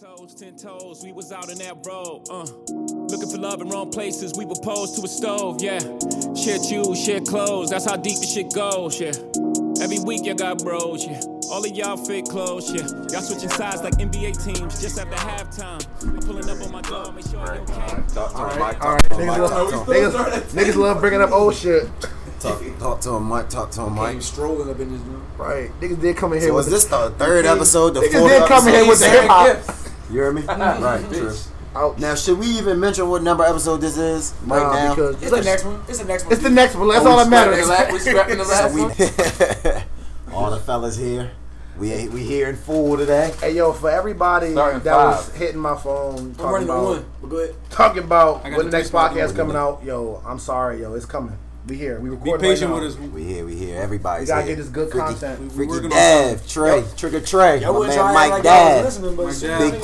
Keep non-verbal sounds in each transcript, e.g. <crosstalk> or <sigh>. toes, ten toes, we was out in that road, uh. Looking for love in wrong places, we were posed to a stove, yeah. Shit you, shit clothes, that's how deep the shit goes, yeah. Every week y'all got bros, yeah. All of y'all fit clothes, yeah. Y'all switching sides like NBA teams just after halftime. I'm pulling up on my dog, make sure you okay. Talk to him, Mike. All Talk right, to him, niggas Mike. Talk love, to him. niggas, niggas love bringing up old shit. Talk talk to him, Mike. Talk to him, Mike. Came strolling up in this room. Right, niggas did come in here. So with is this the third episode? The Niggas fourth did come in episode? here with the hip hop. You hear <laughs> me? Right, true. Ouch. Now, should we even mention what number episode this is right Nah, now? because- It's the next one. It's the next one. It's the next one. That's Oh, all we that matters. We're <laughs> scrapping the So <laughs> last one. we, all the fellas here. We we here in full today. Hey yo, for everybody Starting that five. was hitting my phone I'm talking running on about one. But go ahead. talking about I got when the the next text about podcast it. coming out, yo, I'm sorry, yo, it's coming. We here. We Be recording. patient right now. with us. We here, we here. Everybody's We gotta here. get this good Freaky, content. We- we Freaky working on Dev, Trey, Trigger Trey, Y'all my wouldn't try man to Mike act like y'all was Dad, listening, but Mike shit. Dad. Big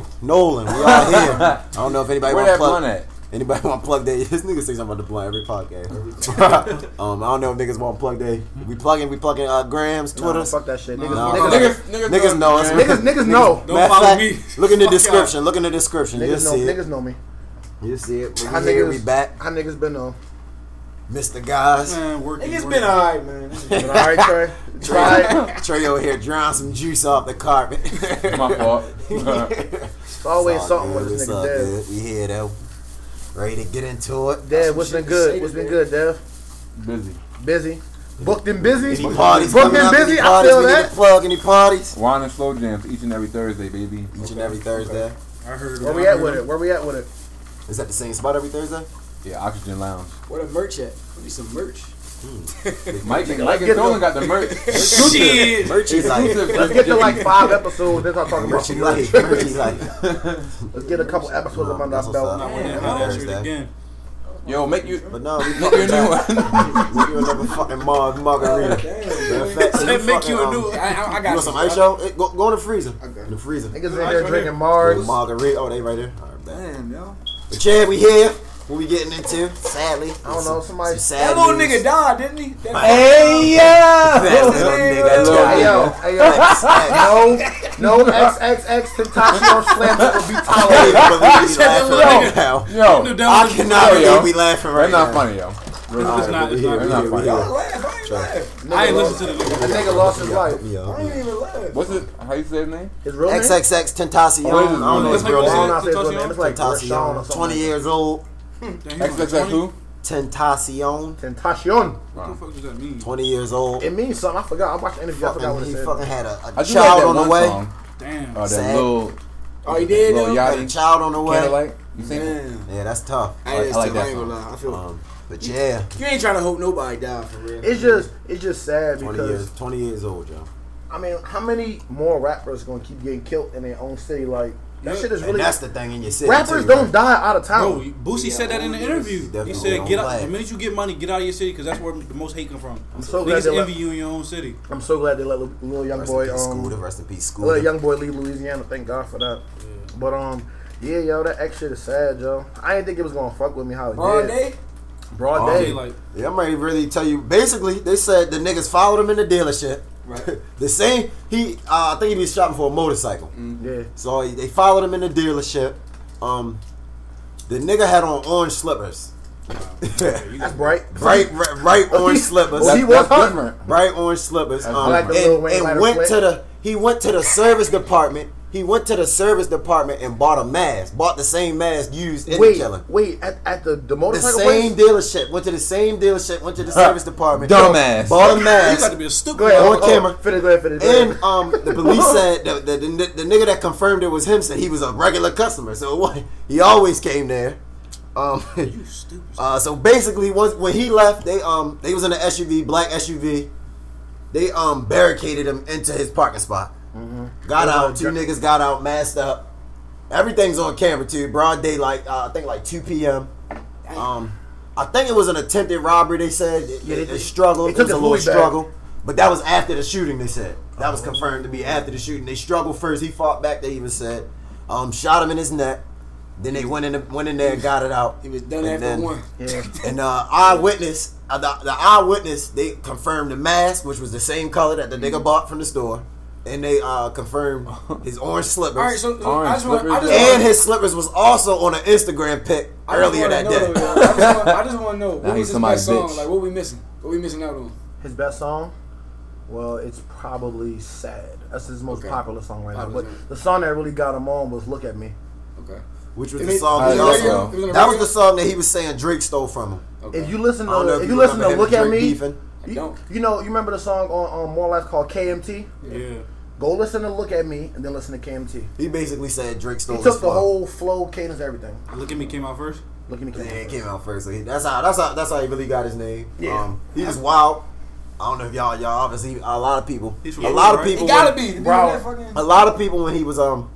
Toe, Nolan. We all <laughs> here. I don't know if anybody Where want to that plug. blunt at? Anybody want to plug their? <laughs> This nigga says I'm about to plug every <laughs> podcast. um, I don't know if niggas want to plug their. We plugging, we plugging uh, grams, Nah, Twitter. fuck that shit. Niggas, Nah, niggas, fuck <laughs> Niggas- that. niggas niggas know know- us. niggas, niggas know. Don't Matter of follow fact, me. Look in the Fuck y'all. description. Look in the description. You'll Niggas know. see it. Niggas know me. You'll see it. How We here. We niggas back. How niggas been though? Mr. Guys. Man, working. Niggas working. been alright, man. This is- All right, Trey. Try. <laughs> Trey over here drawing some juice off the <laughs> carpet. My fault. <laughs> It's always It's all something good, with this it's nigga all Dev. good. We here though. Ready to get into it. Dev, what's been shit to say good? What's been good, today. Dev? Busy. Busy. Booked and busy. Any parties Booked coming and up? busy. Any I parties feel we need that. to plug? Any parties? Wine and slow jams each and every Thursday, baby. Each and every Thursday. I heard. Where we at with it? Where we at with it? Is that the same spot every Thursday? Yeah, Oxygen Lounge. Where the merch at? We need some merch. Mike and Mike get and Nolan got the <laughs> merch. Shit. Merchie life. Let's get to like five episodes. Then I'll talk about Merchie life. Merchie life. Let's get a couple episodes Nah, up under that's our what's up. belt. Nah, Man, Every how old you Thursday. again? Yo, make you But no, we make you a fucking new back. one. Make you another fucking mar- margarita. Matter of fact, Make you a fucking, new. um, I, I, I You got want some ice, yo? Hey, Go, go in the freezer. In the freezer. Niggas in here drinking Mars. Margarita. Oh, they right there. All right, back. Damn, yo. But Chad, we here. What we getting into? Sadly, I don't know, somebody- sad That little news. nigga died, didn't he? That- Hey yo, that little nigga. Little died. Hey yo, hey <laughs> yo. That's sad. No, no XXX Tentacion <laughs> slam that will be I <laughs> tolerated. can't even believe we laughing right now. I cannot believe we laughing right now. Yo, Yo, yo. that's not That was- funny, yo. All It's right, not- we it's here, not- we it's here, not we funny. here. I laugh. I ain't laugh. I ain't Nigga listened lost, to the that nigga lost his life. Yeah, I yeah. ain't even laugh. What's it? How you say his name? His real name? XXX Tentacion. I don't know his That's real I like name. don't know how to say his real name. It's like Rashawn or Tentacion. Twenty something. years old. Damn, he was like XXX 20? who? Tentacion. Tentacion. What the fuck does that mean? Twenty years old. It means something. I forgot. I watched the interview. I forgot what Fucking, it he said. fucking had a, I a do like child that on the one way. song. Damn. Oh, Sad. that little. Oh, he did, Little though? Had a Yachty. child on the way. Candlelight. You seen it? Man. Yeah, that's tough. I ain't I listening. like that I ain't gonna song. lie. I Uh-huh. feel. Um, but yeah, you ain't trying to hope nobody died for real. It's just, it's just sad twenty because years, twenty years old, yo. I mean, how many more rappers gonna keep getting killed in their own city? Like that shit is and really. that's the thing in your city. Rappers too, don't right? die out of town. Bro, Boosie said that in the interview. definitely He said, don't "Get play. out the minute you get money, get out of your city, because that's where the most hate come from. I'm so glad Niggas they let, envy you in your own city." I'm so glad they let Lil- Lil Young Rest Boy in peace, Scooter. um Rest in peace, Scooter. let Young Boy leave Louisiana. Thank God for that. But um. Yeah, yo, that X shit is sad, yo. I didn't think it was gonna fuck with me how it All did. day. Broad All day. They like, Yeah, I'm ready to really tell you. Basically, they said the niggas followed him in the dealership. Right. <laughs> the same, he, uh, I think he was shopping for a motorcycle. Yeah. So they followed him in the dealership. Um, the nigga had on orange slippers. <laughs> That's bright. bright, right, right orange slippers. Well, he was That's hot. different. bright orange slippers. Um, like the Lil and, Wayne and lighter went flick. to the he went to the service department. He went to the service department and bought a mask. Bought the same mask used in the Wait, killing. wait, at, at the, the The motorcycle same place? dealership. Went to the same dealership. Went to the service department. Dumbass. Bought a You got mask. to be a stupid. Go ahead, On oh, oh, camera. Fit it, go ahead, fit it, go ahead. And um, the police said the, the, the, the nigga that confirmed it was him said he was a regular customer. So <laughs> what? He always came there. Um, <laughs> You stupid. Uh, so basically, once when he left, they um they was in an SUV, black SUV. They um barricaded him into his parking spot. Got out. Two niggas got out, masked up. Everything's on camera too. Broad daylight. Uh, I think like two p.m. Um, I think it was an attempted robbery. They said it, yeah, Yeah, it, they- it struggled. they It took was a his little Louis back. struggle, but that was after the shooting. They said that was confirmed to be after the shooting. They struggled first. He fought back. They even said, um, shot him in his neck. Then they went in, went in there, and got it out. He was done And after then- one. yeah. and uh, eyewitness, Mm-hmm. uh, the, the eyewitness, they confirmed the mask, which was the same color that the nigga bought from the store. and they uh, <laughs> confirmed his orange slippers. All right, so so I Orange just want. I slippers. just and want- his slippers was also on an Instagram pic I just earlier wanna that know, day. though, yo. I just want- I just want <laughs> to know Nah, what was his he's best somebody's song? bitch. Like, what we missing? What we missing out on? His best song? Well, it's probably Sad. That's his most Okay. popular song right now. Popular But song. the song that really got him on was Look at Me. Okay. Which was It the made- song I he don't also. know. It was in the That was radio? the song that he was saying Drake stole from him. Okay. If you listen I don't know to if if you you listen to remember him Look and at Drake Me, beefing. I don't. you, you know you remember the song on, on More Life called KMT. Yeah. Go listen to Look at Me and then listen to KMT. He He basically said Drake stole his took the flow. whole flow, cadence, everything. Look at me came out first. Look at me. Yeah, it came out first. So he- that's how that's how that's how he really got his name. Yeah. Um, he was wild. I don't know if y'all y'all obviously a lot of people. He's A from lot of Brooklyn, people. it gotta when- be. Bro. Bro. Fucking, A lot of people when he was um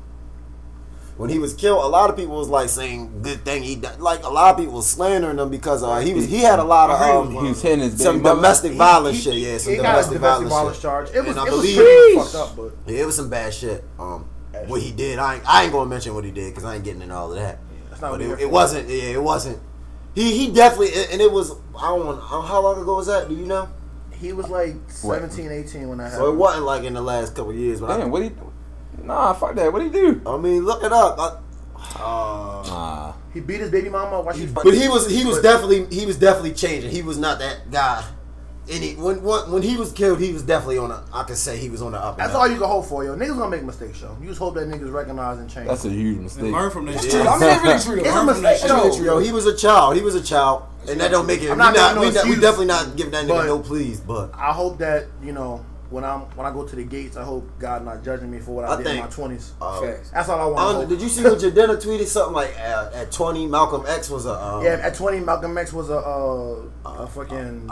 when he was killed, a lot of people was like saying good thing he died. Like a lot of people was slandering him because uh, he was he had a lot I heard of he um, was He was hitting his baby some mother. domestic He- violence he- shit. Yeah, some he got a domestic domestic violence violence shit. charge. It was And I it was believe- pretty fucked up, but Yeah, it was some bad shit. Um, what he did, I ain't, I ain't gonna mention what he did because I ain't getting into all of that. that's But not what we're it, here it for. wasn't. Yeah, it wasn't. He he definitely and it was. I don't want. How long ago was that? Do you know? He was like 17, 18 when that happened. So it wasn't like in the last couple of years. But Damn, what he? Nah, fuck that. What he do? I, I mean, look it up. I, uh, Nah. He beat his baby mama while she was But he was he was definitely he was definitely changing. He was not that guy. And he, when, when when he was killed, he was definitely on a. I could say he was on the up. and That's up. all you can hope for, yo. Niggas gonna make mistakes, yo. You just hope that niggas recognize and change. That's a huge And mistake. learn from that shit. True, I mean, that's really true. it's a though. mistake, That's really though. true. Yo, he was a child. He was a child, and that don't make it. I'm we not not, giving no we, not- we excuse, definitely not giving that nigga but- no please. But I hope that you know when I'm when I go to the gates, I hope God not judging me for what I, I did think- in my twenties. uh, Facts. That's all I I want. don't- did you see when Jadena tweeted something like uh, at 20, Malcolm X was a um, yeah, at twenty, Malcolm X was a uh, a fucking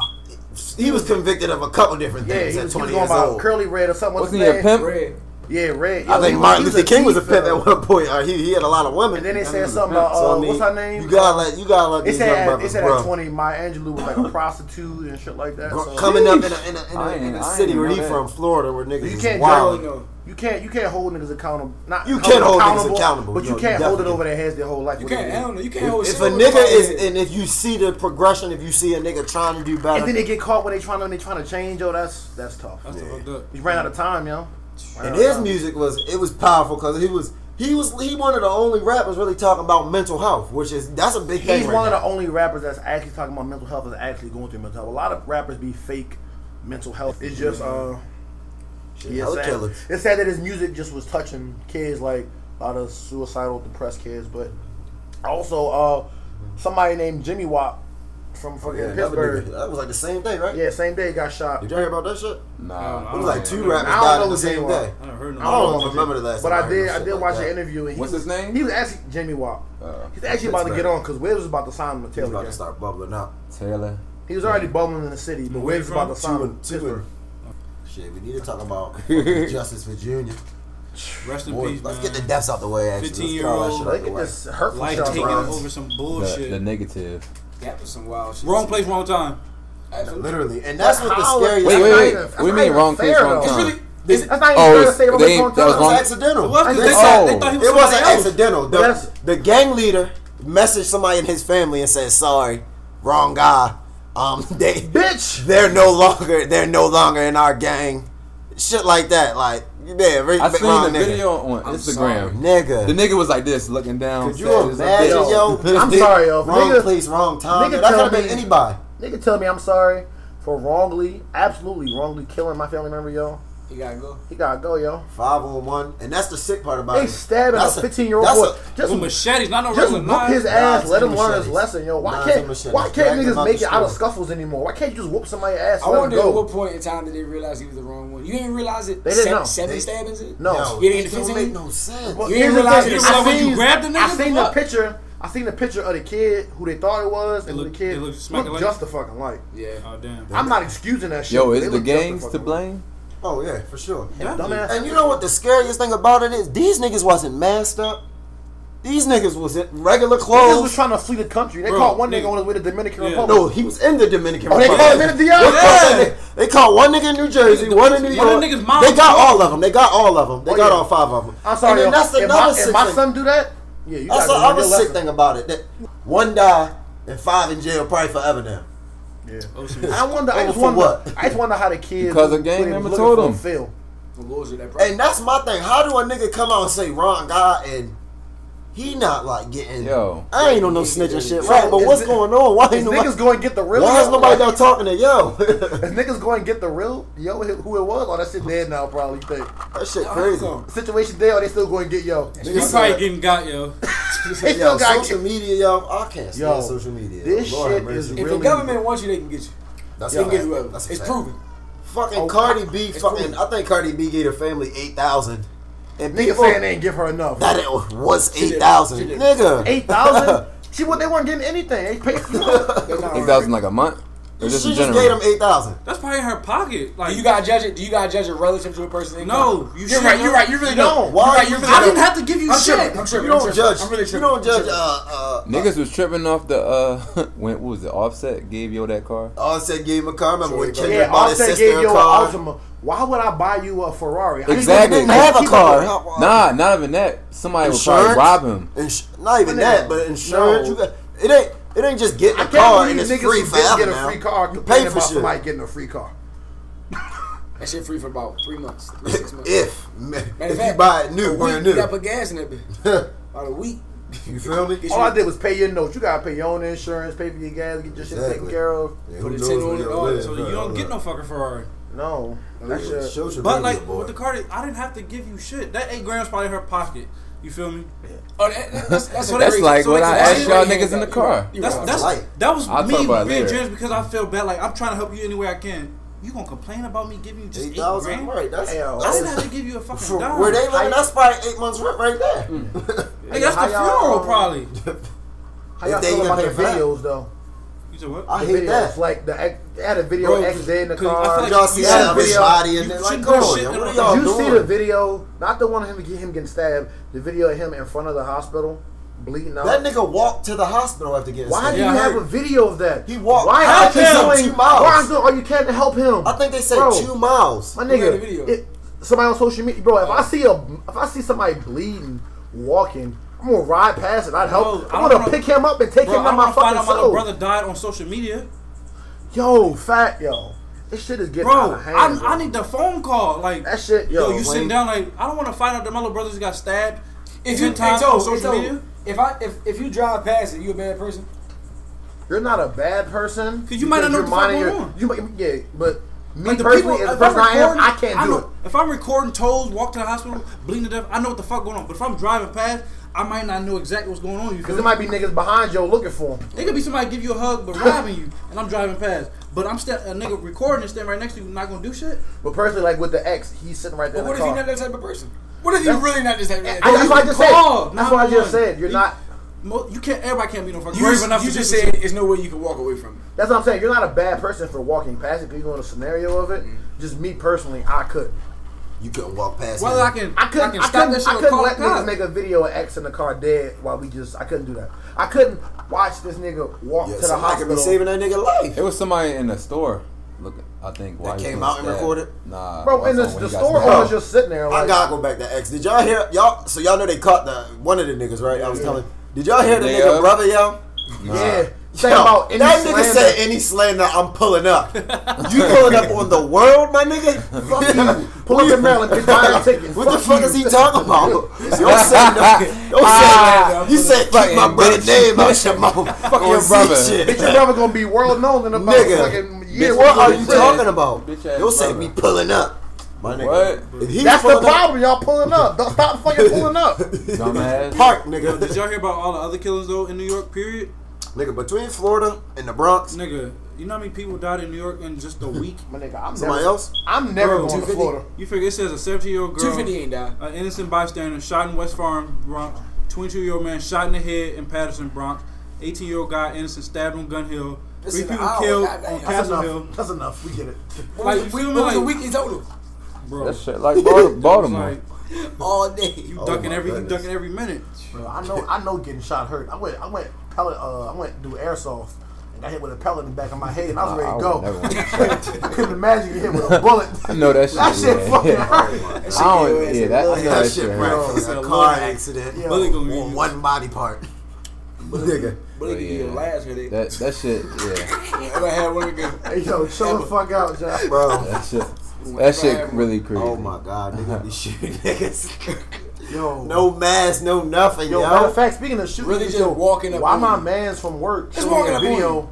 he was convicted of a couple different yeah. things He at was, he was twenty going years by old. curly red or something. What's Wasn't he his name? a pimp? Red. Yeah, red. I Yo, think he- Martin he Luther King was a thief, pimp yo. at one point. Uh, he he had a lot of women. And then they So, said something about uh, I mean, what's her name? You gotta let you gotta let It these young said, it brothers said grow. at 20, Maya Angelou was like a prostitute and shit like that. Gr- So Coming up in a, in a, in I a, in ain't- a I ain't city where know he that. from, Florida, where niggas You is can't wild. judge, you can't you can't hold niggas accountable. Not You can't hold niggas accountable, but yo, you you can't hold it definitely over their heads their whole life. You What do can't. I do? don't know. You can't hold If shit a over the nigga fucking is, head. and if you see the progression, if you see a nigga trying to do better, And then they get caught when they trying to they trying to change. Yo, that's that's tough. That's the fucked up. You ran out of time, yo. Ran out And of his time. music was it was powerful because he was he was he one of the only rappers really talking about mental health, which is that's a big thing. He's right one now. of the only rappers that's actually talking about mental health is actually going through mental health. A lot of rappers be fake mental health. It's just uh, yeah, hella sad. killer. It's sad that his music just was touching kids like a lot of suicidal, depressed kids. But also, uh, somebody named Jimmy Watt from fucking Oh, Yeah, that, was, Pittsburgh. that was like the same day, right? Yeah, same day got shot. Did you hear about that shit? It Nah. was I don't like know. two rappers I died don't know on the what same Jimmy day. I don't heard no. I don't know. remember the last. Oh. But time I heard did. some I shit did like watch that. an interview. And he What's was, his name? He was actually Jimmy Watt. Uh, He's actually about to Pittsburgh. get on because Wiz was Oh. about to sign him to He was Taylor. about yo. to start bubbling up. Taylor. He was already bubbling in the city, but Wiz Where was you about to from? sign Two him. and to two Pittsburgh. and. Shit, we need to talk about <laughs> fucking justice for Junior. Rest in Boy, peace, let's man. get the deaths out the way. Actually, let's 15-year-old. call that Look shit at out this the way. hurtful Life shot, taking bro. over some The, Oh, bullshit. the negative. that was some wild shit. Wrong place, wrong time. Absolutely. Literally, and that's what the How- scariest. Wait, wait, not wait. even- What that's do you not mean even wrong fair, place, wrong though. time? Really? It's, that's not even Oh, fair to say they what was ain't- wrong that It was was time. wrong- accidental. It was 'cause they That's thought- all. they thought he was It wasn't somebody else. accidental. But that's- The, the gang leader messaged somebody in his family and said, "Sorry, wrong guy. Um, <laughs> they Bitch! they're no longer they're no longer in our gang. Shit like that. Like yeah, re- I seen wrong the nigga. video on I'm Instagram. Nigga, The nigga was like this, looking down. could sad you as a bitch. imagine, yo? <laughs> I'm sorry, yo. If Wrong niggas- place, wrong time. nigga That could tell have been me- anybody. Nigga tell me I'm sorry for wrongly, absolutely wrongly killing my family member, yo. You gotta go. He gotta go, yo. Five on one, and that's the sick part about it. They stabbing That's a 15 year old that's boy. a- Just, With machetes, not no just regular whoop his knives. ass, Nah, let two him learn his machetes. lesson, yo. Why Nah, two can't machetes. why Drag can't him out niggas the make it out of store. scuffles anymore? Why can't you just whoop somebody's ass? I let 'em wonder go? at what point in time did they realize he was the wrong one. You didn't realize it. They didn't seven, know. Seven They- stabbings in? No. Oh, Yo, You didn't it don't get make 15? no sense. Well, You ain't here's the realize thing. I it. So when seen- you grabbed the nigga, I seen the fuck. picture. I seen the picture of the kid who they thought it was, and It who look- the kid it look looked smacking like- just the fucking like. Yeah. Oh damn. I'm not excusing that shit. Yo, but is they the look just gangs to fucking like. blame? Oh yeah, for sure. Dumbass. And you know what the scariest thing about it is? These niggas wasn't masked up. These niggas was in regular Niggas was clothes. trying to flee the country. They Bro, caught one nigga. nigga on his way to Dominican Yeah. Republic. No, he was in the Dominican Oh, they Republic. caught him in the DR? They caught Yeah. that nigga- They caught one nigga in New Jersey, one in New One York. of the niggas' moms They got was- all of them. They got all of them. They Oh, got yeah. all five of them. I'm sorry. And then yo. that's if my, another if sick my thing. son do that, yeah, you That's the gotta learn other your sick lesson. thing about it. That one died and five in jail, probably forever now. Yeah. Oh, shit. I wonder. I Over just for wonder. what? I just wonder how the kids Because a who gang they was member looking told for him. feel. The Lord's did that probably. And that's my thing. How do a nigga come out and say Ron God and he not like getting? Yo. I ain't on no snitching shit, Yo, right? But is what's it- going on? Why Is ain't nobody, niggas going to get the real? why is yo? nobody there talking to yo? that Is niggas going to get the real? Yo, who it was? Oh, that shit dead now, probably. Think. shit Yo, crazy. so- Situation dead, or they still going to get yo? You Niggas probably said- getting got, yo. They Yo, still got social media, yo. I can't stand Yo, social media. this Lord shit have mercy. is If Really? the government wants you, they can get you. That's They a can get fact. whoever. That's a It's fact. proven. Fucking Cardi B, it's fucking. proven. I think Cardi B gave her family eight thousand. And Niggas people saying they ain't give her enough. that it was did. eight thousand, She did. nigga. Eight thousand. She what? They weren't getting anything. They paid for it. That's not right. Eight thousand like a month. Or just She in just general. gave them eight thousand. That's probably in her pocket. Like Do you gotta judge it? Do you gotta judge it relative to a person? in No, common? you you're should right. not. You're right. You really No, don't. why You're right, you you're think really I didn't don't. have to give you I'm shit. Tripping. I'm tripping. You don't I'm tripping. judge. I'm really you tripping. don't I'm judge. tripping. Uh, uh, Niggas was tripping off the uh <laughs> when what was it? Offset gave yo that car. Offset gave him a car. Remember when Yeah, Kendrick yeah, bought his Offset sister gave a you an car? Ultima. Why would I buy you a Ferrari? I Exactly. didn't have a car. Nah, not even that. Somebody would probably Insurance? rob him. Ins- not even Nigga, that, but insurance. You no. got, it ain't. It ain't just getting I a can't car and believe it's niggas free who didn't forever get a now. free car you pay complaining for about somebody shit. getting a free car. That shit free for about three months, three, six months. If Matter of if you fact, buy it a new, week, brand You gotta new. put gas in that bitch. About a week. you feel me? Get All you- I did was pay your notes. You gotta pay your own insurance, pay for your gas, get your shit taken Exactly. care of. Yeah, Put who a knows tin where on it, you'll all that, live, So bro, you don't bro. get no fucking Ferrari. No, that Yeah, shit. show your But baby a like boy. with the Cardi, I didn't have to give you shit. That eight grams probably in her pocket. You feel me? Oh, that, that, that's that's, That's a great- like so when it's I a- asked it's a y'all great niggas in the handout. car. You're That's right. that's Right. that was I'll me talk being about it later. generous because I feel bad. Like I'm trying to help you any way I can. You gonna complain about me giving you just eight, Eight thousand, grand? right? That's, Hell, I that's didn't have to give you a fucking for dime. where they living. That's probably eight months rent right there. hey, that's the How y'all- funeral probably. How If y'all they feel even about pay the for that. videos though? You said what? I The hate videos, that. like the ex- they had a video Bro, of X Day in the cause I feel car. like y'all you see They had a that bitch video- body and you then like, shouldn't come put on, shit yo, in what it. y'all you see the doing? video, not the one of him, him getting stabbed, the video of him in front of the hospital, bleeding out. That nigga walked to the hospital after getting why stabbed. do Yeah, you I have heard. a video of that? He walked- I Why aren't you think so, doing? two miles. Why aren't you doing all you can to help him? I think they said Bro, two miles. My got nigga, the video? It, somebody on social media, bro. If I see a, if I see somebody bleeding, walking, I'm gonna ride past it. I'd help. Bro, I I'm don't gonna wanna- pick him up and take Bro, him I out my want to find fucking out my little soul. brother died on social media. Yo, fat yo, this shit is getting out Bro, of hand. I, I need the phone call. Like that shit, yo. Yo, you sitting Wayne. down like I don't want to find out that my little brothers got stabbed. If you ten it's times over, on it's social over. media. if I if if you drive past it, you a bad person. You're not a bad person 'Cause you might not know because what the you're fuck minding your- You might, yeah, but me Like, the personally, people- as the if I'm person I am, recording, I can't do know, it. If I'm recording toes, walk to the hospital, bleeding to death, I know what the fuck going on. But if I'm driving past, I might not know exactly what's going on. You Because feel there me? might be niggas behind yo looking for him. It could be somebody give you a hug but robbing you, and I'm driving past. But I'm sta- a nigga recording and standing right next to you, not gonna do shit. But personally, like with the ex, he's sitting right there But in what if the you're car. not that type of person? What if you're really not this type of I, person? that's what I just Call said. That's what I just 911. said. You're You- not. Mo- You can't. Everybody can't be no fucking You brave just, enough you to just do said shit. there's no way you can walk away from it. That's what I'm saying. You're not a bad person for walking past it. Because you're in a scenario of it. Mm-hmm. Just me personally, I could. You couldn't walk past Whether him. I can, I couldn't. can I, stop couldn't. that shit I or couldn't call let the cops. niggas make a video of ex in the car dead while we just. I couldn't do that. I couldn't watch this nigga walk Yeah, to the somebody could be hospital. saving that nigga life. It was somebody in the store. Look, I think while he came was out and stabbed. recorded? Nah, Bro, that's and the, when the he got store stabbed. owner's just sitting there. Like, I gotta go back to X. Did y'all hear y'all? So y'all know they caught the one of the niggas, right? I was telling. Did y'all hear the They nigga up? brother yo? yeah. Say Yo, about any that nigga slander. said any slander, I'm pulling up. you pulling up on the world, my <laughs> nigga? Fuck you. Pull up in Maryland, bitch, buy a ticket. <laughs> What the Fuck fuck you. is he talking about? Don't say no. Don't Ah, say You said keep my fucking brother bitch. name out your mouth. Fuck your brother. Bitch, your brother gonna be world known in about Nigga. fucking year. Bitch, What are you Bitch ass- talking about? bitch ass Don't say brother. we pulling up. My nigga. What? If he That's the pulling up, problem. Y'all pulling up. Don't stop fucking <laughs> pulling up. Dumbass. Park, Yo, did nigga. y'all hear about all the other killings though in New York? Period. nigga, between Florida and the Bronx, Nigga, you know how many people died in New York in just a week? My nigga, I'm somebody never, else? I'm never Bro, going to 250. Florida. You figure it says a 17 year old girl, 250 ain't die. an innocent bystander, shot in West Farm, Bronx. 22 year old man shot in the head in Patterson, Bronx. 18 year old guy, innocent, stabbed on Gun Hill. This Three is people an hour, killed goddamn. on That's Castle enough. Hill. That's enough. We get it. What Like, was, you the week- feel me? what was the Like- weekend total? Bro, That shit like Bal- Baltimore. like, Oh All day. you Oh ducking my every, you goodness. ducking every minute. Bro, I know. I know. Getting shot hurt. I went. I went. Pellet. Uh, I went to do airsoft. and Got hit with a pellet in the back of my head, and I was ready I to would never go. want to- I couldn't imagine getting hit with <laughs> a bullet. I know that shit. That shit yeah. fucking hurt. That shit I your don't. ass Yeah, in that, I know love. that That shit shit. right hurt. from It's a a little car accident. accident. Yeah. Bullet gonna on use- one body part. Nigga. But it could be your Yeah. last headache. That that shit. Yeah. Ever had one again? Hey yo, chill the fuck out, John. <laughs> Bro. That shit. whoever That shit had one. really crazy. Oh my god, nigga be shooting <laughs> niggas. Yo, no mask, no nothing, yo. Yo, matter of fact, speaking of shooting, Really niggas, just yo, walking up Why on my you. man's from work showed walking me a up on you. video?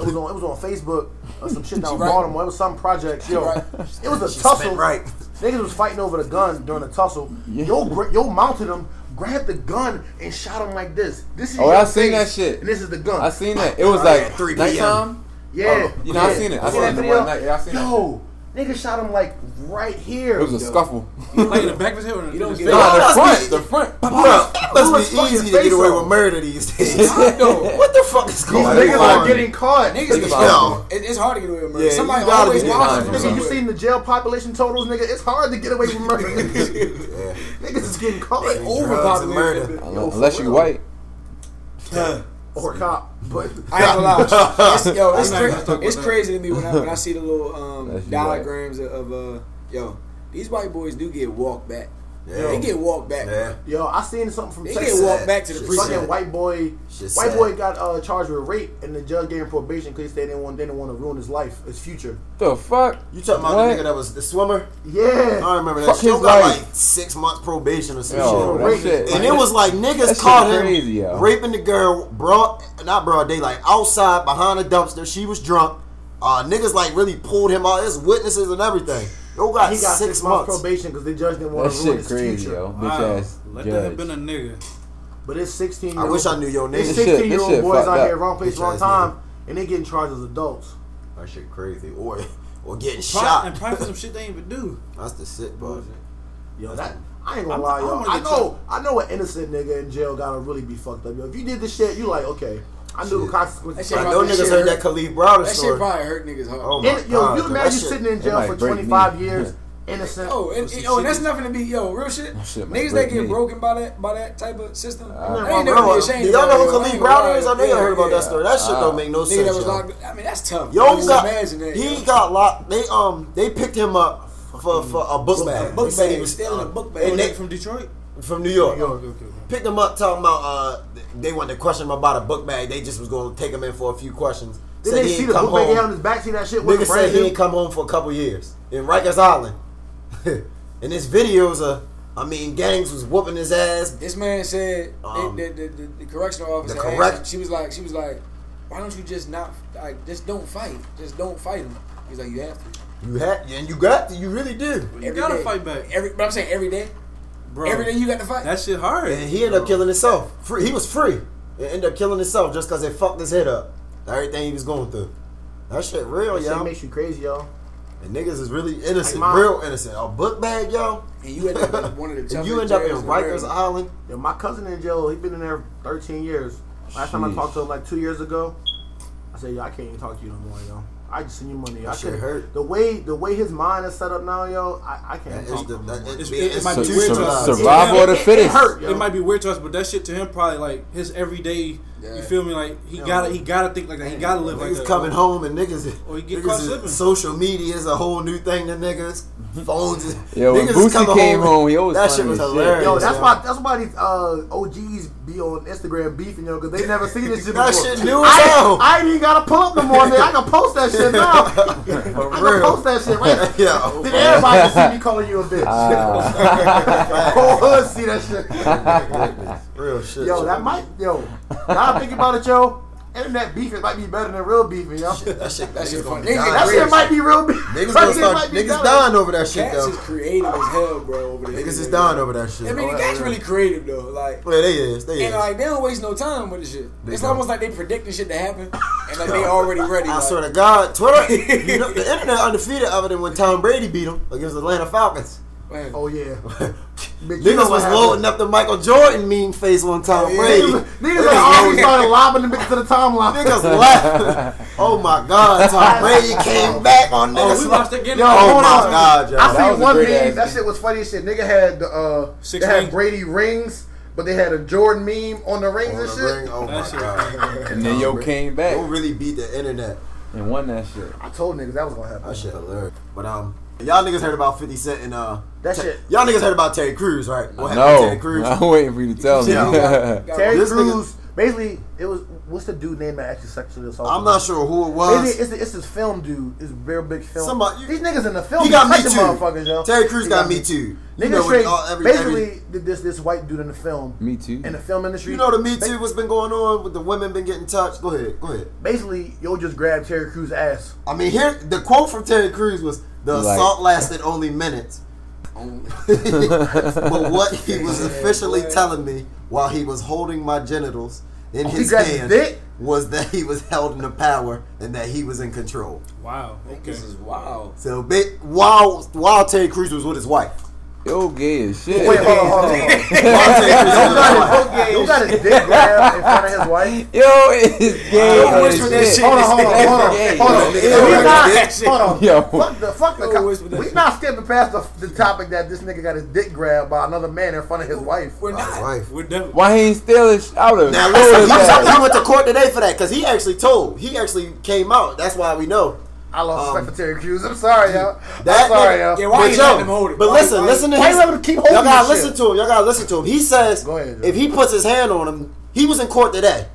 It was on it was on Facebook or some <laughs> shit down in right. Baltimore. It was some project. Yo, right. it was a tussle. spit right. niggas was fighting over the gun during the tussle. Yo, gra- yo mounted him, grabbed the gun and shot him like this. This is Oh, your I seen face, that shit. And this is the gun. I seen that. It was like 3 p.m. nighttime. Yeah, Oh, you know, I yeah. seen it. I You seen that it the video? one night. Yeah, I seen that yo, nigga shot him like right here. It was a yo. scuffle. <laughs> Like in the back of his head. Or in You the- don't his get face? <laughs> Nah, that's the me. front, the front. Bro, Let's it must be fuck your easy to get face away off. with murder these days. hard though. what the fuck is These going on? niggas are getting caught. Niggas get about it. It's hard to get away with murder. Yeah, Somebody you gotta always get watching behind from it. Nigga, you somewhere. seen the jail population totals, nigga? It's hard to get away from <laughs> murder. Niggas is getting caught. drugs and Overpopulated. murder. Unless unless you white. Or cop. But I ain't <laughs> gonna lie. It's, yo, it's, I'm not cra- gonna talk about it's that. crazy to me when I, when I see the little um, That's you, right. diagrams of, of uh, yo, these white boys do get walked back. Yeah. They get walked back. Yeah. yo, I seen something from They Texas. get walked back to the Shit precinct. sad. Fucking white boy, Shit white sad. boy got uh, charged with rape, and the judge gave him probation because they didn't want they didn't want to ruin his life, his future. The fuck? You talking about What? the nigga that was the swimmer? I Yeah, don't remember that. Fuck She his got like life. six months probation or some Yo, shit. that Raping. shit. And it was like niggas shit caught him crazy, yo. raping the girl, broad, not broad daylight, outside behind a dumpster. She was drunk. Uh, niggas like really pulled him out. There's witnesses and everything. Yo got, he got six, months. probation because the judge didn't want That to ruin shit his crazy, future. yo. Wow. Bitch ass Let there have been judge. a nigga. But it's sixteen. I wish I knew your name. It's This shit- sixteen year this old shit boys fucked out up. here, wrong place, Bitch wrong ass time, and they getting charged as adults. That shit crazy. Or or getting Pro- shot. And probably for some shit they ain't even do. That's the sick part. Yo, that I ain't gonna I'm- lie, I yo. don't wanna I, get know, I know, an innocent nigga in jail gotta really be fucked up. Yo, if you did this shit, you like, okay, I knew the Shit. consequences. That shit I Like, know probably- niggas shit heard hurt. that Khalid Browder That shit story. probably hurt niggas' heart. Oh my in, yo, God, you that imagine you shit- sitting in that jail might for break twenty five me. years, innocent. Oh, and, Pussy oh, and that's shit. nothing to be yo, real shit. shit might Niggas that break get me. broken by that by that type of system, I- they ain't never Bro, be do ashamed. y'all about know it, who yo. I Khalid ain't gonna Browder lie. is? I know Yeah, y'all heard about yeah. that story. That shit don't Uh, make no Nigga that sense. was y'all. locked. I mean, that's tough. Yo, Just got, imagine that. he yo. got locked. They um they picked him up for, for a book bag. book They said bag. he was Stealing a um, book bag. and they- From Detroit? from New York. Okay, okay, okay. Picked him up talking about uh they wanted to question him about a book bag. They just was going to take him in for a few questions. Then Said they he see ain't the come book bag he had on home. his back. See that shit Nigga was said brand he new. ain't come home for a couple years in Rikers Island. <laughs> and his videos are, I mean, gangs was whooping his ass. This man said Um, the, the, the, the correctional officer. the correct- asked him- she was like, she was like, why don't you just not like just don't fight, just don't fight him. He's like, you have to. You had and you got to, you really do. You gotta fight back. Every, but I'm saying every day, Bro. every day you got to fight. That shit hard. And he ended up killing himself. Free. He was free. He ended up killing himself just because it fucked his head up. Everything he was going through. That shit real, That shit y'all. makes you crazy, yo. And niggas is really innocent, Like mine. real innocent. A book bag, yo. and you end up <laughs> in one of the If toughest. you end up in jails the Rikers world. Island, Yo, my cousin in jail. He been in there thirteen years. Last time I Sheesh. talked to him, like two years ago, I said, "Yo, I can't even talk to you no more, yo. I just send you money. I That shit could hurt. The way the way his mind is set up now, yo, I, I can't that talk is to the him. that, It's- it's, it- it it's might be too weird to civilized. us. Survive- Survival of It- the it- it fittest. hurt, yo. It might be weird to us, but that shit to him probably like his everyday. Yeah. You feel me? Like he gotta, he gotta think like that. He gotta live like Niggas that. uh, coming home and niggas, Or you get niggas caught is- slipping. Mm-hmm. social media is a whole new thing to niggas. Phones is Yo, when niggas Boosie came home, he always That funny shit was as shit. hilarious. Yo, that's yo. why that's why these uh, OGs be on Instagram beefing, yo, because they never seen this shit before. <laughs> That shit new as I, hell. I ain't even gotta pull up no more, man. I can post that shit <laughs> now. I can real. post that shit <laughs> right. Yo. Then everybody can see me calling you a bitch. <laughs> Ah. Whole hood see that <laughs> shit. Real shit. Yo, that might yo. Now I think about it, yo. Internet beefing might be better than real beefing, yo. that shit. That shit funny. Niggas, Niggas- That that shit might be real beef. <laughs> Niggas That gonna shit start. might be Niggas better. dying over that shit Cats though. is creative as hell, bro. Over there. Niggas is dying over that shit. Oh, I mean, the cats really creative though. Like, Yeah, they is. They is. and like they don't waste no time with the shit. It's don't. almost like they predicting shit to happen, and like they already ready. I like, swear to God, Twitter, you know, the internet undefeated other than when Tom Brady beat him against Atlanta Falcons. man. <laughs> Oh yeah. Bitch, you know Niggas what was happened. loading up the Michael Jordan meme face on Tom Brady. Niggas niggas already started lobbing the bitch to the timeline. <laughs> Niggas laughed. Oh my God, Tom Brady came back on Oh, niggas. we watched that game. Yo, oh hold my on. God, y'all. I That was seen a one great meme. ass That meme. shit was funny as shit. Nigga had the uh, Six they had rings. Brady rings, but they had a Jordan meme on the rings On and the shit. ring, Oh That my shit. God. And then yo came back Don't really beat the internet. and won that shit. I told niggas that was gonna happen. That shit hilarious. But um, y'all niggas heard about Fifty Cent and uh, That shit. y'all niggas heard about Terry Crews, right? What happened to <laughs> No, Terry Crews? I'm waiting for you to tell me. Yeah. Got- Terry This Crews. nigga- Basically, it was what's the dude name that actually sexually assaulted? I'm not sure who it was. Basically, it's, it's this film dude. This real big film. Somebody- These niggas in the film. he got me touching Motherfuckers, yo. too. Terry Crews He got me too. Niggas You know, straight, when all- every- basically every- did this this white dude in the film, <laughs> Me too. in the film industry. you know the Me ba- Too. What's been going on with the women been getting touched? Go ahead, go ahead. Basically, yo just grabbed Terry Crews' ass. I mean, here the quote from Terry Crews was, "The Like- assault lasted only minutes." <laughs> but what he was officially telling me while he was holding my genitals in Oh, he his got his hand dick? was that he was held in the power and that he was in control. Wow. Okay. This is wow. So big, while while Terry Crews was with his <laughs> wife, Yo, gay as shit. Wait, hold on, hold on. hold <laughs> on. while Terry Crews was with his wife, <laughs> Yo got his dick grabbed in front of his wife. Yo, <laughs> it's gay Yo, as what's with that shit. shit? Hold on, hold on, hold on, hold on. Yo, We yo, not- that shit. Hold on. Yo. Fuck the fuck the. Yo, what's with co- that We shit? not skipping past the, the topic that this nigga got his dick grabbed by another man in front of his wife. We're by his not. wife. We're definitely. Why he ain't steal his out of Now out listen, of he, that? he went to court today for that because he actually told. He actually came out. That's why we know. I lost Um, respect for Terry Crews. I'm sorry, y'all. That I'm sorry, nigga- y'all. Yeah, why but you yo, letting him hold it? But Why- listen, why- listen to why his. you let him keep y'all holding gotta this listen shit? to him. Y'all gotta listen to him. He says Go ahead, Joe. if he puts his hand on him, he was in court today.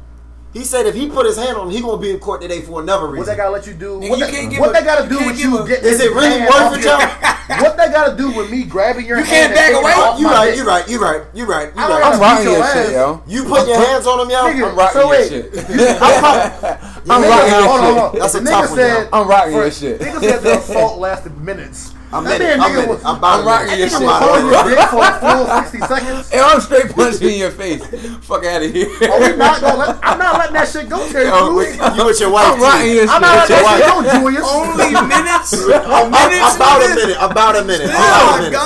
He said if he put his hand on him, he gonna be in court today for another What reason. they gotta let you do? Nigga, what you they, can't give what a- they gotta you do can't with give you a- getting? Is it his really hand worth off it, your- y'all? What they gotta do with me grabbing your You hand? can't back and taking away. it off You my right, dick? you right, you right, you right, you I don't right. gotta I'm rocking beat your that shit, ass. yo. You put your hands on him, y'all. Nigga, I'm rocking so that wait, shit. <laughs> I'm Nigga, rocking hold on, that hold shit. on. That's a tough The nigga one, y'all. said- I'm rocking For- that shit. Nigga <laughs> said the assault lasted minutes. I'm That in it. man I'm nigga in it. was- <laughs> I'm about I'm rocking it. your Nigga shit. was holding your dick for a full <laughs> 60 seconds. And I'm straight punching you in your face. Fuck out of here. Are we not gonna let, I'm not letting that shit go, Terry Yo, Crews. <laughs> You with your wife? <laughs> I'm rocking too. your I'm not shit. letting your that shit go, Julius. <laughs> Only minutes. About- minutes About a minute. minutes. About a minute. Oh About a my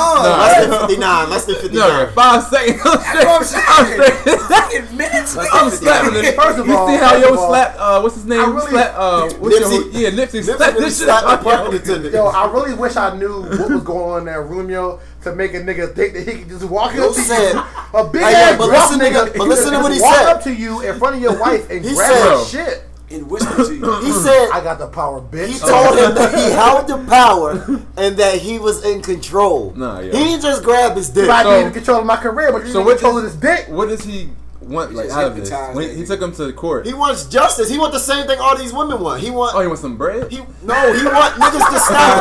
minute. God. Less than 59. Less than 59. No, five seconds. <laughs> I'm That's what I'm straight. saying. straight- Fucking minutes. Let's nigga. I'm slapping it. First of you all- see how first yo of all, slapped? Uh, what's his name? I really- slapped. Uh, what's your, Nipsey- yeah, Nipsey Nipsey slapped really this shit out. slapped the of parking attendant. Yo, I really wish I knew what was going on in that room, yo, to make a nigga think that he could just walk Yo up to said- you. A big Hey, ass yo, but rough listen to nigga. the- but listen to what he walk said. up to you in front of your wife and He grab said- her shit. And whisper to you. He said I got the power, bitch. he told <laughs> him that he held the power and that he was in control. Nah, yo. He didn't just grabbed his dick. I So- didn't even control my career, but you So so what control of does- his dick. What does he want like just out of this? hypnotized When that he nigga. took him to the court. He wants justice. He wants the same thing all these women want. He want Oh, he wants some bread. he no, he want niggas to <laughs> stop.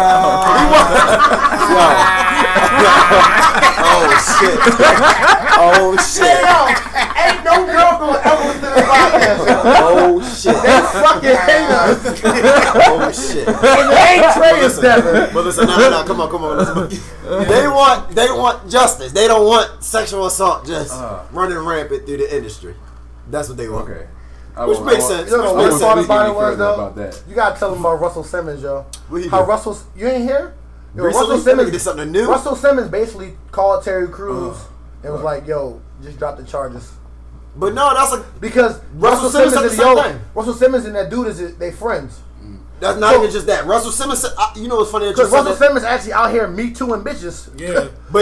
He want Oh shit. <laughs> Oh shit. <laughs> ain't no girl gonna ever listen to this podcast. yo. Oh shit. They fucking hate us. Oh shit. And they ain't Trey and Devin. But listen, no, no, no, come on, come on. listen. They want they want justice. They don't want sexual assault just running rampant through the industry. That's what they want. Okay. I Which won't- makes I won't- sense. You know Which I what won't makes the speak funny any sense. part was further though? about that. You gotta tell them about Russell Simmons, yo. What he How do? Russell's you ain't here? Yo, Recently, Russell that nigga Simmons did something new? Uh-huh. Russell Simmons basically called Terry Crews and was like, "Yo, just drop the charges." But no, that's a Because Russell, Russell Simmons Simmons, said and the yo, same thing. Russell Simmons and that dude is they friends. That's not So- even just that. Russell Simmons. Said, I, you know what's funny? that you Because said Russell that, Simmons actually out here me too and bitches. Yeah. but